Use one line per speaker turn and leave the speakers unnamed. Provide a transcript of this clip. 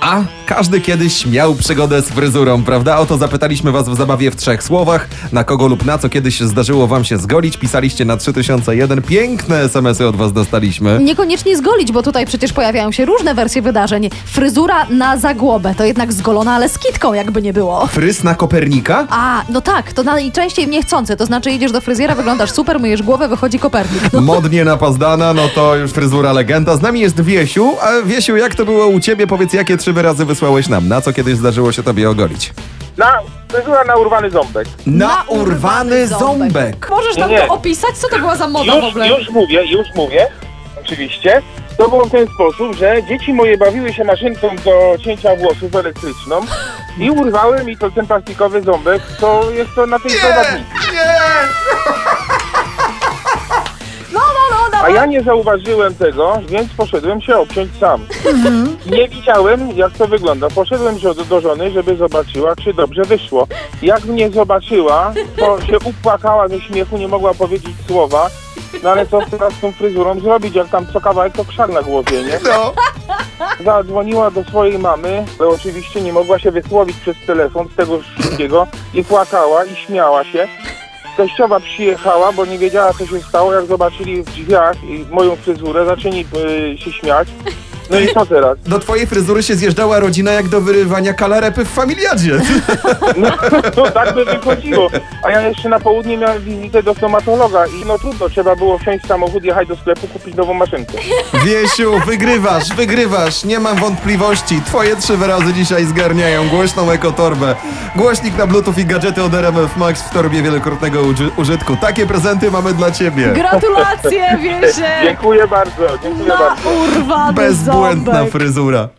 A każdy kiedyś miał przygodę z fryzurą, prawda? O to zapytaliśmy was w zabawie w trzech słowach. Na kogo lub na co kiedyś zdarzyło wam się zgolić? Pisaliście na 3001. Piękne smsy od was dostaliśmy.
Niekoniecznie zgolić, bo tutaj przecież pojawiają się różne wersje wydarzeń. Fryzura na zagłobę to jednak zgolona, ale z kitką jakby nie było.
Fryz na Kopernika?
A, no tak, to najczęściej niechcący. To znaczy jedziesz do fryzjera, wyglądasz super, myjesz głowę, wychodzi Kopernik.
Modnie napazdana, no to już fryzura legenda. Z nami jest Wiesiu. A Wiesiu, jak to było u ciebie? Powiedz, jakie trzy wyrazy wysłałeś nam? Na co kiedyś zdarzyło się tobie ogolić?
Na, fryzura na urwany ząbek.
Na urwany ząbek. Możesz nam
Nie.
to opisać? Co No to była za moda w
Już,
ogóle?
już mówię, już mówię, oczywiście. To było w ten sposób, że dzieci moje bawiły się maszynką do cięcia włosów elektryczną i urwały mi to ten plastikowy ząbek, co jest to na tej prowadnicy.
No, no, no,
A
dawaj.
ja nie zauważyłem tego, więc poszedłem się obciąć sam. Nie widziałem, jak to wygląda. Poszedłem się do, do żony, żeby zobaczyła, czy dobrze wyszło. Jak mnie zobaczyła, to się upłakała ze śmiechu, nie mogła powiedzieć słowa. No ale co teraz z tą fryzurą zrobić, jak tam co kawałek to krzak na głowie, nie?
No.
Zadzwoniła do swojej mamy, ale oczywiście nie mogła się wysłowić przez telefon z tego wszystkiego i płakała i śmiała się. Teściowa przyjechała, bo nie wiedziała co się stało, jak zobaczyli w drzwiach i moją fryzurę, zaczęli y, się śmiać. No i co teraz?
Do twojej fryzury się zjeżdżała rodzina jak do wyrywania kalarepy w familiadzie.
No, no tak by wychodziło. A ja jeszcze na południe miałem wizytę do stomatologa i no trudno, trzeba było wsiąść w samochód, jechać do sklepu, kupić nową maszynkę.
Wiesiu, wygrywasz, wygrywasz, nie mam wątpliwości. Twoje trzy wyrazy dzisiaj zgarniają głośną ekotorbę. Głośnik na bluetooth i gadżety od RMF Max w torbie wielokrotnego uży- użytku. Takie prezenty mamy dla ciebie.
Gratulacje, Wiesiek!
Dziękuję bardzo, dziękuję
Na
bardzo.
urwany ząbek.
Bezbłędna fryzura.